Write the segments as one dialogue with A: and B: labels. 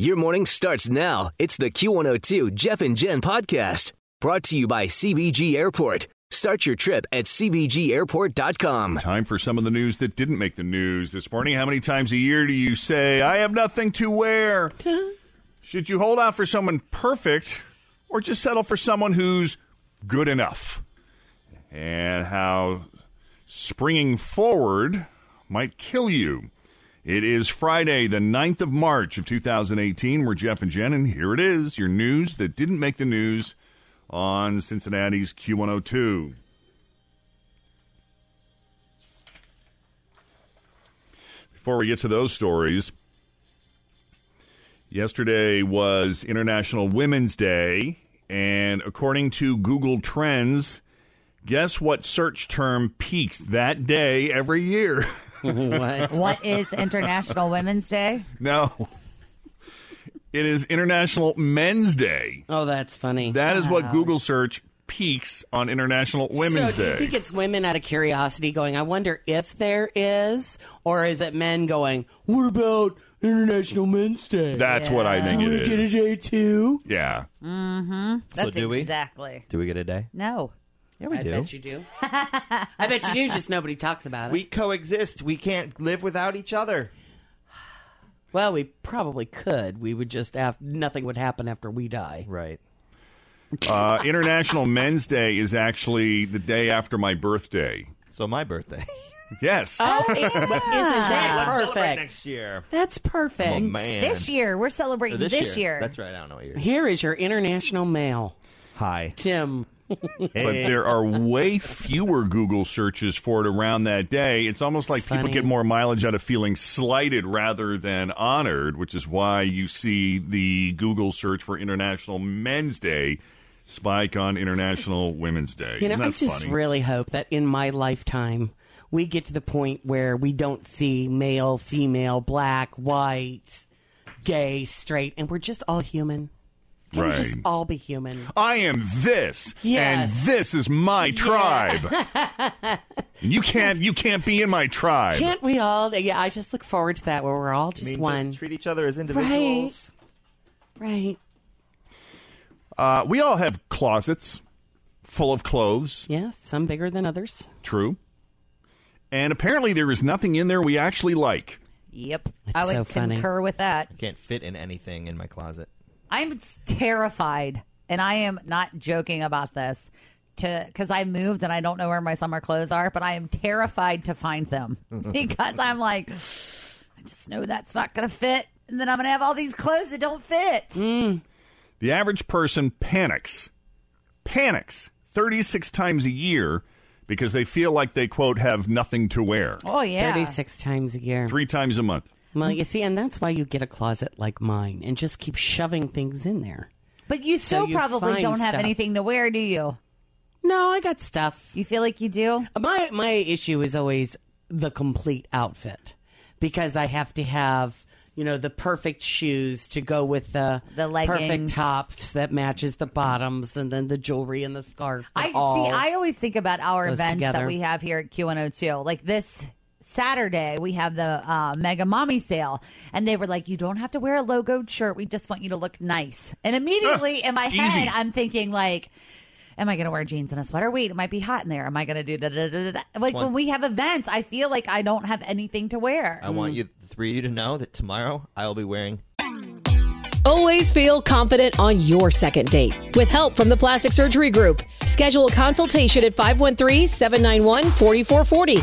A: Your morning starts now. It's the Q102 Jeff and Jen podcast brought to you by CBG Airport. Start your trip at CBGAirport.com.
B: Time for some of the news that didn't make the news this morning. How many times a year do you say, I have nothing to wear? Should you hold out for someone perfect or just settle for someone who's good enough? And how springing forward might kill you. It is Friday, the 9th of March of 2018. We're Jeff and Jen, and here it is your news that didn't make the news on Cincinnati's Q102. Before we get to those stories, yesterday was International Women's Day, and according to Google Trends, guess what search term peaks that day every year?
C: What is International Women's Day?
B: No. It is International Men's Day.
D: Oh, that's funny.
B: That is what Google search peaks on International Women's
D: so do you
B: Day.
D: think it's women out of curiosity going, I wonder if there is, or is it men going, what about International Men's Day?
B: That's what I think
D: Do we
B: it
D: get a
B: is.
D: day too?
B: Yeah.
C: That's
E: do we?
C: exactly.
E: Do we get a day?
C: No.
E: Yeah, we
D: I
E: do.
D: bet you do. I bet you do, just nobody talks about it.
E: We coexist. We can't live without each other.
D: well, we probably could. We would just have, nothing would happen after we die.
E: Right.
B: Uh, International Men's Day is actually the day after my birthday.
E: So my birthday.
B: Yes.
D: Oh, it, isn't that perfect?
E: next year.
D: That's perfect.
E: Oh man.
C: This year, we're
E: Or
C: celebrating this, year.
E: That's right. I don't know what year.
D: Here is your international mail,
E: Hi.
D: Tim.
B: But
D: Eh.
B: there are way fewer Google searches for it around that day. It's almost like people
D: funny.
B: get more mileage out of feeling slighted rather than honored, which is why you see the Google search for International Men's Day spike on International Women's Day.
D: You know,
B: Isn't
D: I
B: that
D: just
B: funny?
D: really hope that in my lifetime we get to the point where we don't see male, female, black, white, gay, straight, and we're just all human. Can we just
B: Right.
D: all be human?
B: I am this,
D: Yes.
B: and this is my tribe. and you can't, you can't be in my tribe.
D: Can't we all? Yeah, I just look forward to that where we're all
E: I
D: just
E: mean,
D: one.
E: Just treat each other as individuals.
D: right.
B: Uh, we all have closets full of clothes.
D: Yes, some bigger than others.
B: True. And apparently, there is nothing in there we actually like.
C: Yep. I
D: That's
C: would
D: so funny.
C: concur with that.
E: Can't fit in anything in my closet.
C: I'm terrified, and I am not joking about this. To because I moved and I don't know where my summer clothes are, but I am terrified to find them because I'm like, I just know that's not going to fit, and then I'm going to have all these clothes that don't fit.
B: The average person panics, panics 36 times a year because they feel like they, quote, have nothing to wear
C: Oh yeah.
D: 36 times a year.
B: three times a month.
D: Well, you see, and that's why you get a closet like mine and just keep shoving things in there.
C: But you
D: So
C: still
D: you
C: probably
D: find
C: don't have
D: stuff.
C: anything to wear, do you?
D: No, I got stuff.
C: You feel like you do?
D: My my issue is always the complete outfit because I have to have you know the perfect shoes to go with the
C: The
D: perfect
C: leggings.
D: tops that matches the bottoms and then the jewelry and the scarf. that
C: I
D: all-
C: see. I always think about our
D: goes
C: events that
D: together.
C: we have here at Q102. Like this Saturday, we have the uh, Mega Mommy Sale, and they were like, "You don't have to wear a logoed shirt. We just want you to look nice." And immediately in my
B: Easy.
C: head, I'm thinking like. Am I going to wear jeans and a sweater? Wait, it might be hot in there. Am I going to do da da da da? da? Like when we have events, I feel like I don't have anything to wear.
D: Oh,
E: I want you, the three of you, to know that tomorrow I will be wearing
F: Always feel confident on your second date. With help from the Plastic Surgery Group, schedule a consultation at 513-791-4440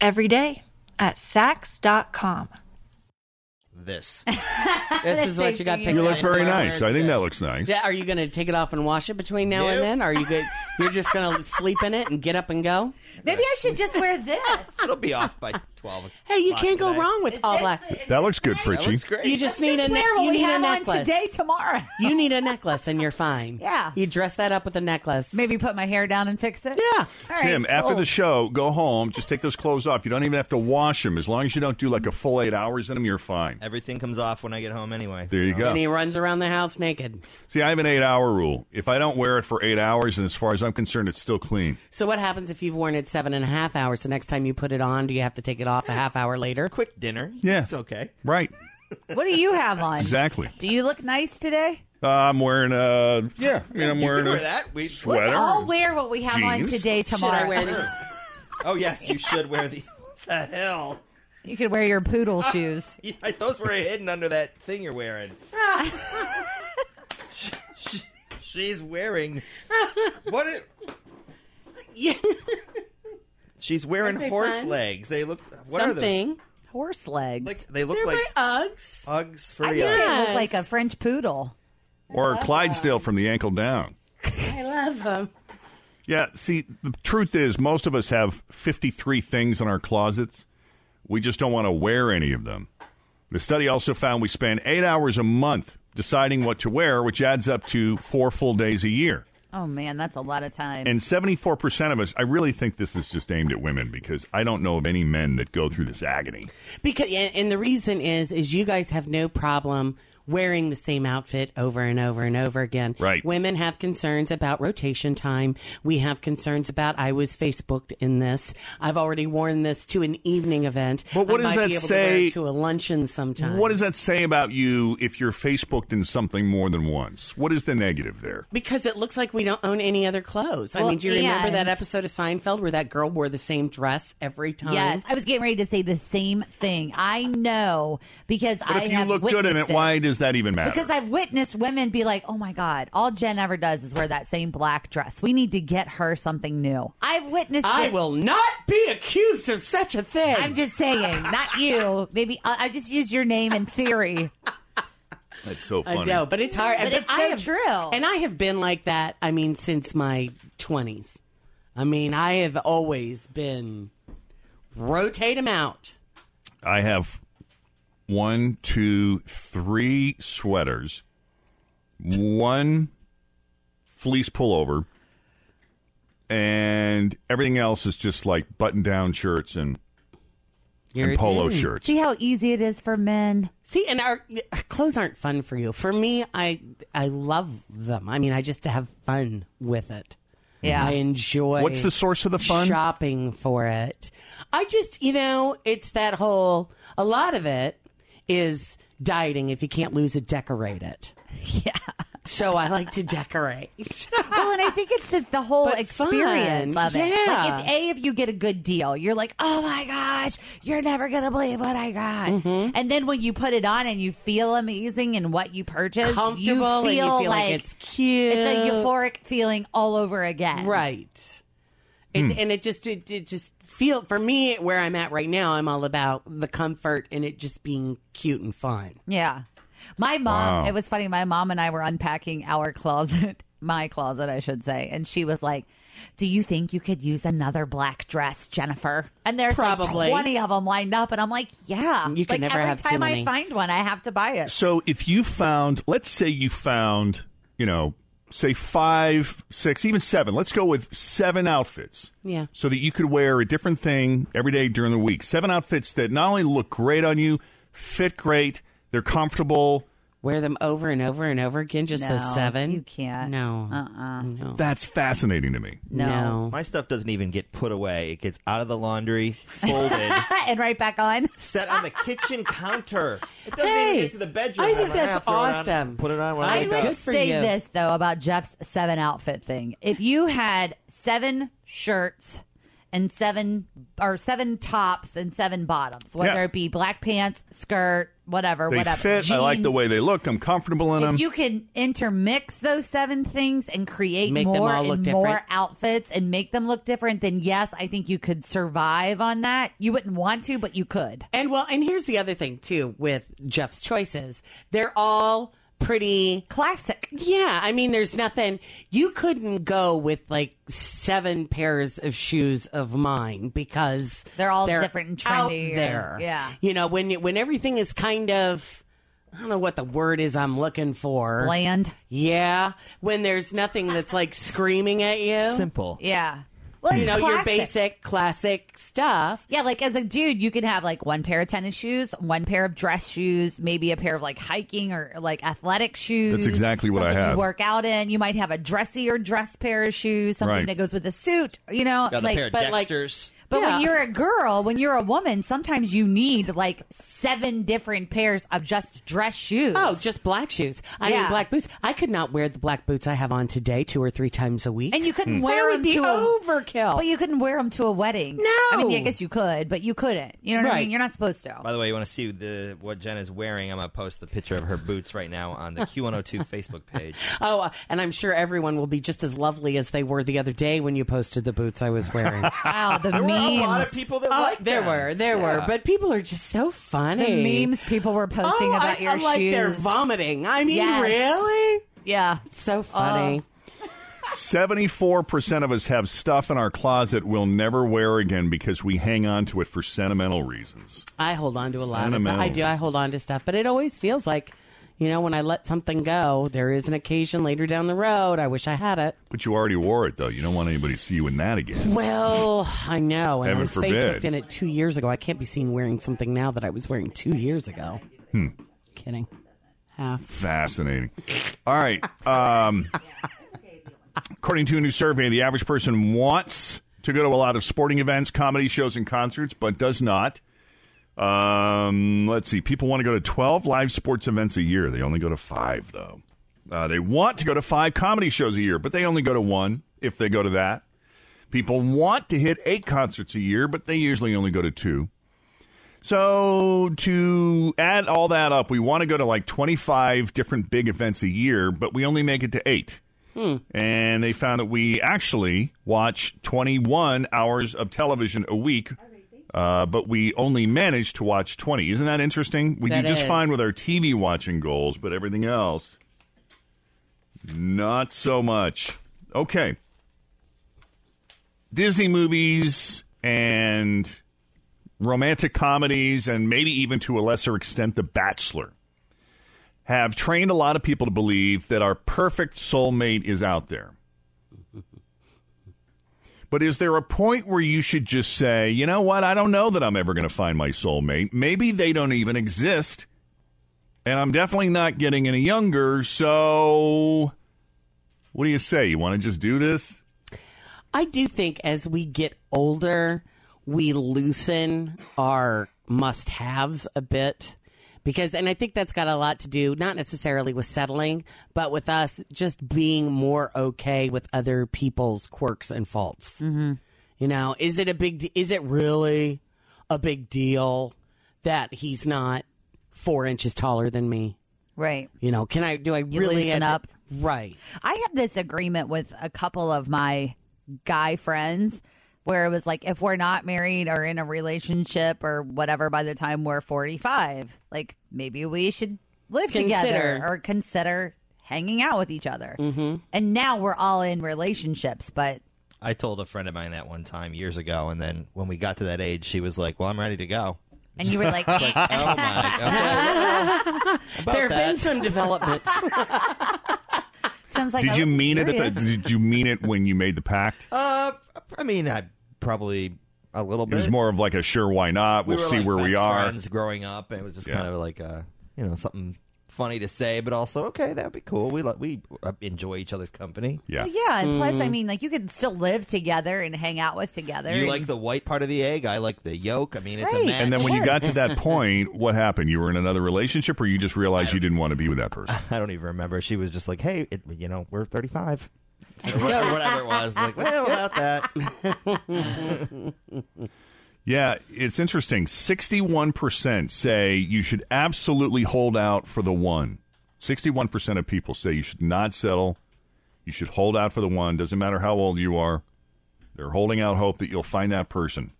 G: every day at Sax.com.
E: this.
D: this is what you got.
B: You
D: Picked
B: look
D: up.
B: very nice. I think that looks nice.
D: Yeah, Are you going to take it off and wash it between now and then? Are you good? You're just going to sleep in it and get up and go?
C: Maybe I should just wear this.
E: It'll be off by 12.
D: Hey, you
E: o'clock
D: can't go
E: tonight.
D: wrong with all black.
B: That looks good,
E: That
B: Fritchie.
E: looks great.
D: You just need a
C: Just
D: ne-
C: wear
D: you
C: what we
D: need a
C: have on
D: necklace.
C: today, tomorrow.
D: You need a necklace and you're fine.
C: Yeah.
D: You dress that up with a necklace.
C: Maybe put my hair down and fix it.
D: Yeah.
C: All right,
B: Tim, after
C: sold.
B: the show, go home. Just take those clothes off. You don't even have to wash them. As long as you don't do like a full eight hours in them, you're fine.
E: Everything comes off when I get home anyway.
B: There you
E: So-
B: go.
D: And he runs around the house naked.
B: See, I have an eight hour rule. If I don't wear it for eight hours, and as far as I'm concerned, it's still clean.
D: So what happens if you've worn it seven and a half hours? The next time you put it on, do you have to take it off a half hour later?
E: Quick dinner.
B: Yeah.
E: It's okay.
B: Right.
C: What do you have on?
B: Exactly.
C: Do you look nice today?
B: Uh, I'm wearing a. Yeah. I mean, I'm
E: You
B: wearing
E: could
B: a
E: wear that. We-
B: sweater.
C: I'll wear what we have on
B: Jeans?
C: today
D: Should
C: tomorrow.
D: I wear this?
E: Oh, yes, you should wear these. What the hell?
C: You could wear your poodle shoes.
E: Yeah, those were hidden under that thing you're wearing. Sh- sh- She's wearing. What? It,
D: Yeah.
E: she's wearing
D: they
E: horse
D: fun?
E: legs. They look. What are
D: Something.
C: Horse legs.
E: those? Like they look
D: They're
E: like
D: my Uggs.
E: Uggs for
C: I think
E: real.
C: they
D: Yes.
C: look like a French poodle.
B: or a Clydesdale from the ankle down.
D: I love them.
B: Yeah, see, the truth is, most of us have 53 things in our closets. We just don't want to wear any of them. The study also found we spend eight hours a month deciding what to wear, which adds up to four full days a year.
C: Oh man, that's a lot of time.
B: And 74% of us, I really think this is just aimed at women because I don't know of any men that go through this agony.
D: Because and and the reason is is you guys have no problem wearing the same outfit over and over and over again.
B: Right.
D: Women have concerns about rotation time. We have concerns about I was Facebooked in this. I've already worn this to an evening event.
B: But what
D: I
B: does
D: might
B: that
D: be able
B: say-
D: To, wear it to a luncheon sometime.
B: What does that say about you if you're Facebooked in something more than once? What is the negative there?
D: Because it looks like we don't own any other clothes. I
C: Well,
D: mean, do you remember
C: and-
D: that episode of Seinfeld where that girl wore the same dress every time?
C: yes, I was getting ready to say the same thing. I know because
B: But
C: I
B: if you
C: have
B: look good in it,
C: witnessed
B: why does that even matter?
C: Because I've witnessed women be like, "Oh my god, all Jen ever does is wear that same black dress. We need to get her something new." I've witnessed.
D: I
C: it.
D: will not be accused of such a thing.
C: I'm just saying, not you. Maybe uh, I, I just use your name in theory.
B: That's so funny.
D: I know, but it's hard.
C: But it's
D: I
C: so
D: have,
C: true.
D: And I have been like that, I mean, since my 20s. I mean, I have always been rotate them out.
B: I have one, two, three sweaters, one fleece pullover, and everything else is just like button down shirts and, and polo
D: shirts.
B: shirts.
C: See how easy it is for men.
D: See, and our, our clothes aren't fun for you. For me, I I love them. I mean, I just have fun with it.
C: Yeah.
D: I enjoy.
B: What's the source of the fun?
D: Shopping for it. I just, you know, it's that whole. A lot of it is dieting. If you can't lose it, decorate it.
C: Yeah.
D: So I like to decorate.
C: well, and I think it's the, the whole
D: But
C: experience
D: fun.
C: of it.
D: Yeah.
C: Like if a if you get a good deal, you're like, oh my gosh, you're never gonna believe what I got.
D: Mm-hmm.
C: And then when you put it on and you feel amazing in what you purchased, you feel,
D: Comfortable and you feel like it's cute.
C: It's a euphoric feeling all over again.
D: Right. It,
C: Hmm.
D: And it just it, it just feel for me where I'm at right now. I'm all about the comfort and it just being cute and fun.
C: Yeah. My mom,
D: Wow.
C: it was funny. My mom and I were unpacking our closet, my closet, I should say. And she was like, Do you think you could use another black dress, Jennifer? And there's
D: Probably.
C: like 20 of them lined up. And I'm like, Yeah.
D: You can
C: Like,
D: never
C: every
D: have too
C: time
D: many.
C: I find one, I have to buy it.
B: So if you found, let's say you found, you know, say five, six, even seven. Let's go with seven outfits.
D: Yeah.
B: So that you could wear a different thing every day during the week. Seven outfits that not only look great on you, fit great, they're comfortable.
D: Wear them over and over and over again. Just
C: No,
D: those seven.
C: You can't.
D: No.
C: Uh-uh.
D: No.
B: That's fascinating to me.
D: No.
E: My stuff doesn't even get put away. It gets out of the laundry, folded,
C: and right back on.
E: set on the kitchen counter. It doesn't
D: Hey,
E: even get to the bedroom.
D: I think
E: I'm like,
D: that's
E: "Ah, throw it on,
D: awesome.
E: put it on when I,
D: I
E: wake
D: would
E: up."
C: Let's
D: Good for
C: say
D: you.
C: this though about Jeff's seven outfit thing. If you had seven shirts and seven or seven tops and seven bottoms, whether
B: Yeah.
C: it be black pants, skirt, whatever,
B: They
C: whatever.
B: fit. I like the
C: jeans,
B: way they look. I'm comfortable in them.
C: if you can intermix those seven things and create
D: Make them
C: more
D: all look
C: and
D: different.
C: more outfits and make them look different, then yes, I think you could survive on that. You wouldn't want to, but you could.
D: And well, and here's the other thing too with Jeff's choices. They're all pretty.
C: Classic.
D: Yeah, I mean, there's nothing you couldn't go with like seven pairs of shoes of mine because
C: They're all different and
D: out
C: trendy and-
D: there,
C: yeah.
D: you know when you- when everything is kind of I don't know what the word is I'm looking for.
C: Bland.
D: Yeah, when there's nothing that's like screaming at you.
E: Simple.
C: Yeah. Well,
D: You
C: it's
D: know your
C: classic.
D: basic classic stuff.
C: Yeah, like as a dude, you can have like one pair of tennis shoes, one pair of dress shoes, maybe a pair of like hiking or like athletic shoes.
B: That's exactly what I
C: something
B: have.
C: You work out in. You might have a dressier dress pair of shoes, something
B: Right.
C: that goes with a suit. You know,
E: Got a
C: like
E: pair of
D: but, like-
E: Dexters.
C: but
D: Yeah.
C: when you're a girl, when you're a woman, sometimes you need like seven different pairs of just dress shoes.
D: Oh, just black shoes. I mean,
C: Yeah.
D: black boots. I could not wear the black boots I have on today two or three times a week.
C: and you
B: Hmm.
C: couldn't wear
D: That would
C: them
D: be
C: to
D: overkill.
C: A, but you couldn't wear them to a wedding.
D: No.
C: I mean, I guess you could, but you couldn't. You know what I
D: Right.
C: mean? You're not supposed to.
E: By the way, you want to see the what Jen is wearing? I'm gonna post the picture of her boots right now on the Q102 Facebook page.
D: oh, uh, and I'm sure everyone will be just as lovely as they were the other day when you posted the boots I was wearing.
C: wow, the
E: There were a lot
C: memes.
E: of people that
D: Oh,
E: liked
D: there
E: them.
D: were, there were, but people are just so funny.
C: The memes people were posting
D: oh,
C: about
D: I,
C: your
D: I like
C: shoes.
D: they're vomiting. I mean,
C: Yes.
D: really?
C: yeah.
D: So funny.
E: Oh.
B: 74% of us have stuff in our closet we'll never wear again because we hang on to it for sentimental reasons.
D: I hold on to a lot. Of stuff.
B: Sentimental
D: I do. I hold on to stuff, but it always feels like, you know, when I let something go, there is an occasion later down the road. I wish I had it.
B: But you already wore it, though. You don't want anybody to see you in that again.
D: Well, I know. And I
B: Heaven
D: was
B: forbid.
D: Facebooked in it two years ago. I can't be seen wearing something now that I was wearing two years ago.
B: Hmm.
D: Kidding. Half.
B: Fascinating. All right. Um, according to a new survey, the average person wants to go to a lot of sporting events, comedy shows, and concerts, but does not. Um, let's see. People want to go to 12 live sports events a year. They only go to five, though. Uh, they want to go to five comedy shows a year, but they only go to one if they go to that. People want to hit eight concerts a year, but they usually only go to two. So to add all that up, we want to go to like 25 different big events a year, but we only make it to eight.
D: Hmm.
B: And they found that we actually watch 21 hours of television a week, uh, but we only manage to watch 20. Isn't that interesting? We
D: That
B: do just
D: is.
B: fine with our TV watching goals, but everything else, not so much. Okay. Disney movies and romantic comedies, and maybe even to a lesser extent, The Bachelor, have trained a lot of people to believe that our perfect soulmate is out there. But is there a point where you should just say, you know what? I don't know that I'm ever going to find my soulmate. Maybe they don't even exist. And I'm definitely not getting any younger. So, what do you say? You want to just do this?
D: I do think as we get older, we loosen our must haves a bit because and I think that's got a lot to do not necessarily with settling, but with us just being more okay with other people's quirks and faults. Mm-hmm. You know, is it a big? de- Is it really a big deal that he's not four inches taller than me?
C: Right.
D: You know, can I? Do I
C: You
D: really
C: loosen
D: have
C: up.
D: to- right.
C: I had this agreement with a couple of my guy friends where it was like if we're not married or in a relationship or whatever by the time we're 45, like maybe we should live together
D: Consider.
C: or consider hanging out with each other.
E: Mm-hmm.
C: And now we're all in relationships, but
E: I told a friend of mine that one time years ago, and then when we got to that age, she was like, "Well, I'm ready to go."
C: and you were like,
E: It's like, oh my, okay, well,
D: there have
E: about that.
D: been some developments.
C: Tim's like,
B: did you mean it? At the, did you mean it when you made the pact?
E: Uh, I mean, I probably a little
B: It
E: bit.
B: was more of like a sure, why not?
E: We
B: We'll
E: were,
B: see
E: like,
B: where we
E: best
B: are.
E: Friends growing up, and it was just
B: Yeah.
E: kind of like a you know something funny to say, but also okay, that'd be cool. We lo- we uh, enjoy each other's company.
B: Yeah,
C: yeah, and plus, I mean, like you can still live together and hang out with together.
E: you
C: and-
E: like the white part of the egg. I like the yolk. I mean, it's
C: Right.
E: a match.
B: And then when you got to that point, what happened? You were in another relationship, or you just realized you didn't want to be with that person?
E: I don't even remember. She was just like, "Hey, it, you know, we're 35." Or whatever, whatever it was, like, well, about that.
B: Yeah, it's interesting. 61% say you should absolutely hold out for the one. 61% of people say you should not settle. You should hold out for the one. Doesn't matter how old you are. They're holding out hope that you'll find that person.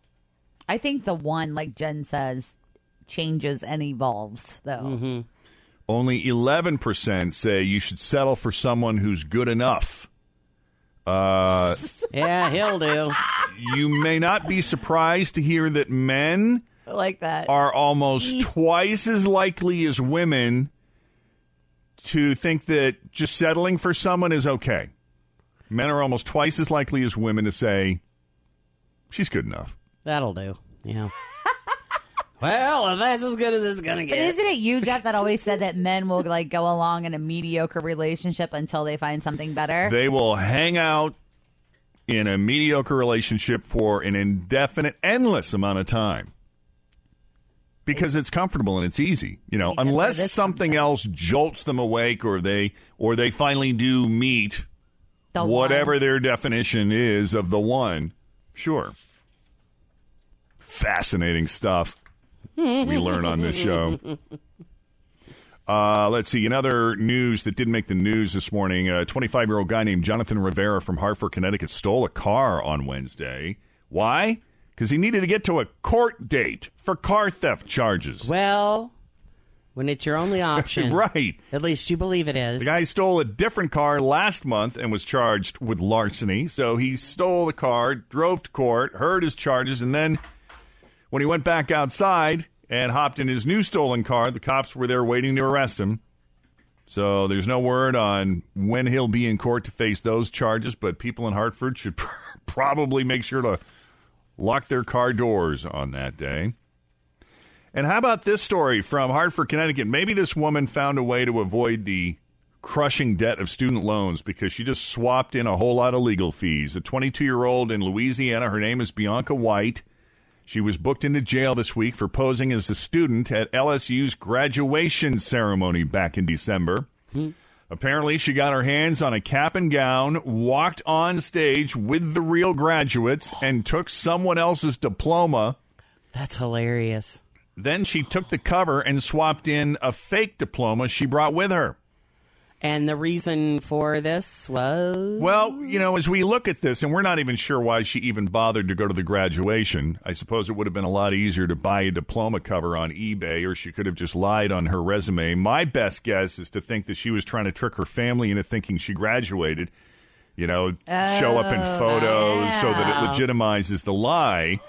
C: I think the one, like Jen says, changes and evolves, though.
B: Only 11% say you should settle for someone who's good enough. Uh,
D: yeah, he'll do.
B: you may not be surprised to hear that men
C: I like that.
B: are almost twice as likely as women to think that just settling for someone is okay. Men are almost twice as likely as women to say, she's good enough.
D: That'll do. Yeah. well, if that's as good as it's gonna
C: but
D: get.
C: isn't it you, Jeff, that always said that men will like go along in a mediocre relationship until they find something better?
B: They will hang out in a mediocre relationship for an indefinite, endless amount of time because it's comfortable and it's easy, you know, unless something else jolts them awake or they or they finally do meet
C: The
B: whatever
C: one.
B: their definition is of the one. Sure. Fascinating stuff we learn on this show. Uh, let's see. In other news that didn't make the news this morning, a 25 year old guy named Jonathan Rivera from Hartford, Connecticut, stole a car on Wednesday. Why? Because he needed to get to a court date for car theft charges.
D: well, when it's your only option,
B: right.
D: At least you believe it is.
B: The guy stole a different car last month and was charged with larceny. So he stole the car, drove to court, heard his charges, and then when he went back outside and hopped in his new stolen car, the cops were there waiting to arrest him. So there's no word on when he'll be in court to face those charges, but people in Hartford should probably make sure to lock their car doors on that day. And how about this story from Hartford, Connecticut? Maybe this woman found a way to avoid the crushing debt of student loans because she just swapped in a whole lot of legal fees. A 22 year old in Louisiana, her name is Bianca White. She was booked into jail this week for posing as a student at LSU's graduation ceremony back in December. Apparently, she got her hands on a cap and gown, walked on stage with the real graduates, and took someone else's diploma.
D: That's hilarious.
B: Then she took the cover and swapped in a fake diploma she brought with her.
D: And the reason for this was
B: Well, you know, as we look at this, and we're not even sure why she even bothered to go to the graduation, I suppose it would have been a lot easier to buy a diploma cover on eBay, or she could have just lied on her resume. My best guess is to think that she was trying to trick her family into thinking she graduated, you know, show up in photos so that it legitimizes the lie.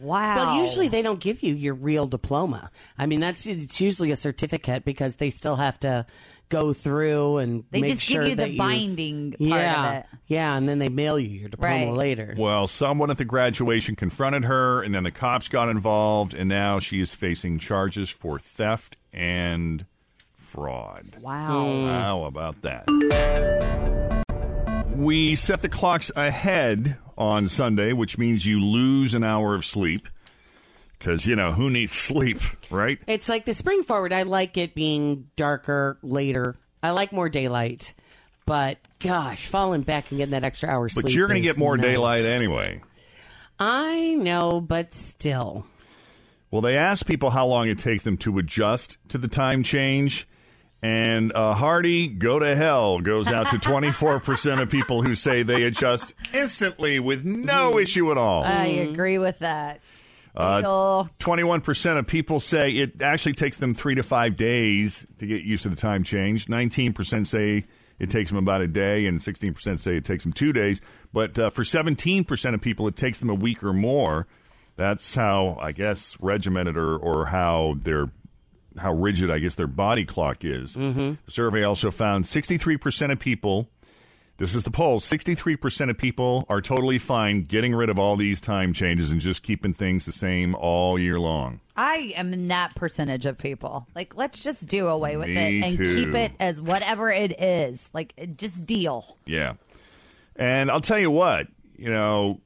C: Wow.
D: Well, usually they don't give you your real diploma. I mean, that's it's usually a certificate because they still have to go through and
C: They
D: make
C: just give
D: sure
C: you the
D: that you've-
C: binding part of
D: yeah,
C: it.
D: Yeah, and then they mail you your diploma
C: Right.
D: later.
B: Well, someone at the graduation confronted her, and then the cops got involved, and now she is facing charges for theft and fraud.
C: wow.
B: Hmm. How about that? We set the clocks ahead on Sunday, which means you lose an hour of sleep. because you know who needs sleep, right?
D: It's like the spring forward. I like it being darker later. I like more daylight, but gosh, falling back and getting that extra hour sleep.
B: But you're going
D: is
B: to get more
D: nice.
B: daylight anyway.
D: I know, but still,
B: Well, they asked people how long it takes them to adjust to the time change. And uh, Hardy, go to hell, goes out to 24% of people who say they adjust instantly with no issue at all.
H: I agree with that.
B: Uh,
H: Deal.
B: 21% of people say it actually takes them three to five days to get used to the time change. 19% say it takes them about a day, and 16% say it takes them two days. But uh, for 17% of people, it takes them a week or more. That's how, I guess, regimented or, or how their how rigid, I guess, their body clock is. Mm-hmm. The survey also found 63% of people this is the poll. 63% of people are totally fine getting rid of all these time changes and just keeping things the same all year long.
H: I am in that percentage of people. Like, let's just do away with
B: Me
H: it and keep
B: too.
H: it as whatever it is. Like, just deal.
B: Yeah. And I'll tell you what, you know,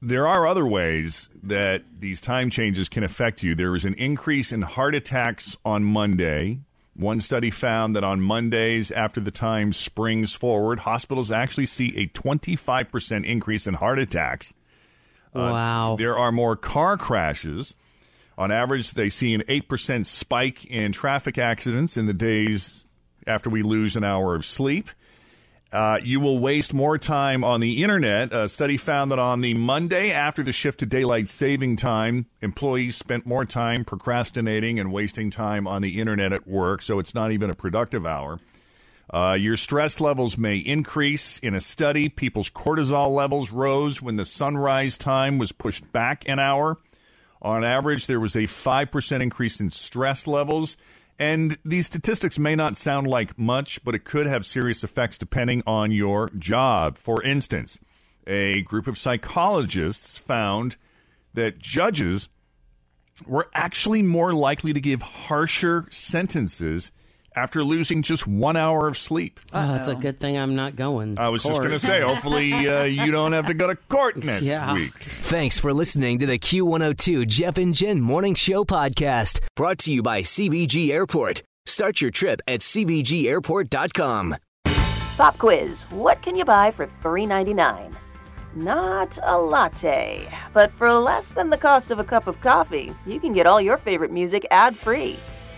B: there are other ways that these time changes can affect you. There was an increase in heart attacks on Monday. One study found that on Mondays, after the time springs forward, hospitals actually see a 25% increase in heart attacks. Uh,
D: wow.
B: There are more car crashes. On average, they see an 8% spike in traffic accidents in the days after we lose an hour of sleep. Uh, you will waste more time on the internet. A study found that on the Monday after the shift to daylight saving time, employees spent more time procrastinating and wasting time on the internet at work, so it's not even a productive hour. Uh, your stress levels may increase. In a study, people's cortisol levels rose when the sunrise time was pushed back an hour. On average, there was a 5% increase in stress levels. And these statistics may not sound like much, but it could have serious effects depending on your job. For instance, a group of psychologists found that judges were actually more likely to give harsher sentences after losing just one hour of sleep.
D: Oh, it's a good thing I'm not going.
B: I was just
D: Court.
B: going to say, hopefully, uh, you don't have to go to court next
D: Yeah.
B: week.
A: Thanks for listening to the Q102 Jeff and Jen Morning Show podcast, brought to you by CBG Airport. Start your trip at CBGAirport.com.
C: Pop quiz What can you buy for $3.99? Not a latte, but for less than the cost of a cup of coffee, you can get all your favorite music ad free.